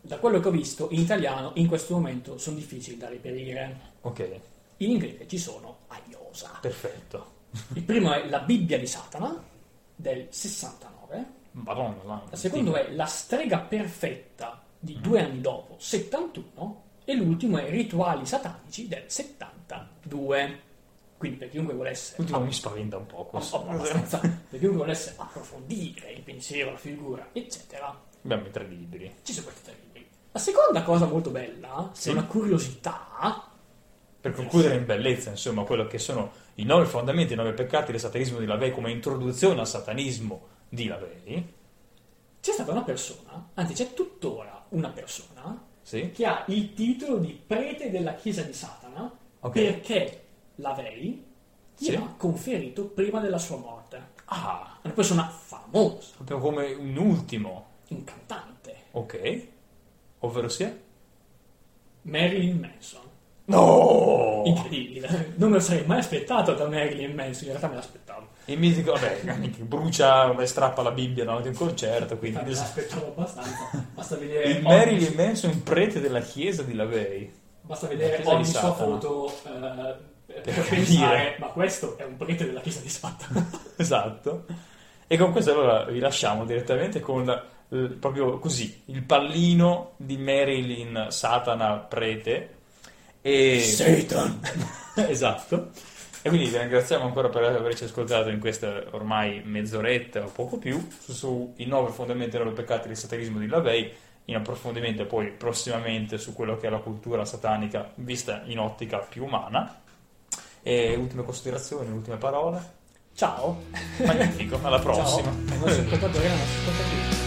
Speaker 2: da quello che ho visto, in italiano in questo momento sono difficili da reperire.
Speaker 1: Ok.
Speaker 2: In inglese ci sono a iosa.
Speaker 1: Perfetto.
Speaker 2: Il primo è La Bibbia di Satana del 69.
Speaker 1: Madonna, la-
Speaker 2: Il secondo è La strega perfetta di due anni dopo, 71. E l'ultimo è Rituali satanici del 72. Quindi per chiunque volesse
Speaker 1: L'ultimo mi spaventa un po' questo.
Speaker 2: Ah, abbastanza, per chiunque volesse approfondire il pensiero, la figura, eccetera,
Speaker 1: Abbiamo i tre libri.
Speaker 2: ci sono questi tre libri. La seconda cosa molto bella,
Speaker 1: Sì.
Speaker 2: se è una curiosità,
Speaker 1: Per concludere in bellezza, insomma, quello che sono i nove fondamenti, i nove peccati del satanismo di Lavey come introduzione al satanismo di Lavei,
Speaker 2: C'è stata una persona, anzi c'è tuttora una persona,
Speaker 1: sì,
Speaker 2: che ha il titolo di prete della chiesa di Satana
Speaker 1: Ok.
Speaker 2: perché l'Avei
Speaker 1: Sì.
Speaker 2: gliel'ha conferito prima della sua morte.
Speaker 1: ah,
Speaker 2: È una persona famosa,
Speaker 1: proprio come un ultimo,
Speaker 2: un cantante,
Speaker 1: ok, ovvero sia?
Speaker 2: Marilyn Manson.
Speaker 1: No!
Speaker 2: Incredibile, non me lo sarei mai aspettato da Marilyn Manson, in realtà me l'aspettavo.
Speaker 1: Il musico, vabbè, che brucia, vabbè, strappa la Bibbia davanti a un concerto, quindi...
Speaker 2: Infatti, Cioè, me l'aspettavo
Speaker 1: [laughs]
Speaker 2: abbastanza. Basta vedere
Speaker 1: Il
Speaker 2: Eh, ogni-
Speaker 1: Marilyn Manson, prete della chiesa di Lavei.
Speaker 2: Basta
Speaker 1: La
Speaker 2: vedere
Speaker 1: chiesa
Speaker 2: ogni
Speaker 1: di
Speaker 2: sua
Speaker 1: Satana.
Speaker 2: foto eh, per,
Speaker 1: Per
Speaker 2: pensare,
Speaker 1: capire.
Speaker 2: ma questo è un prete della chiesa di Satana.
Speaker 1: Esatto. E con questo allora vi lasciamo direttamente con eh, proprio così, il pallino di Marilyn Satana prete. E...
Speaker 2: Satan!
Speaker 1: [laughs] esatto. E quindi vi ringraziamo ancora per averci ascoltato in questa ormai mezz'oretta o poco più su, i nove fondamenti e nove peccati del satanismo di Lavey, in approfondimento poi prossimamente su quello che è la cultura satanica vista in ottica più umana. E ultime considerazioni, ultime parole.
Speaker 2: Ciao!
Speaker 1: Magnifico, alla prossima.
Speaker 2: Ciao, ai nostri ascoltatori e alle nostre ascoltatrici.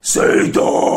Speaker 1: Satan!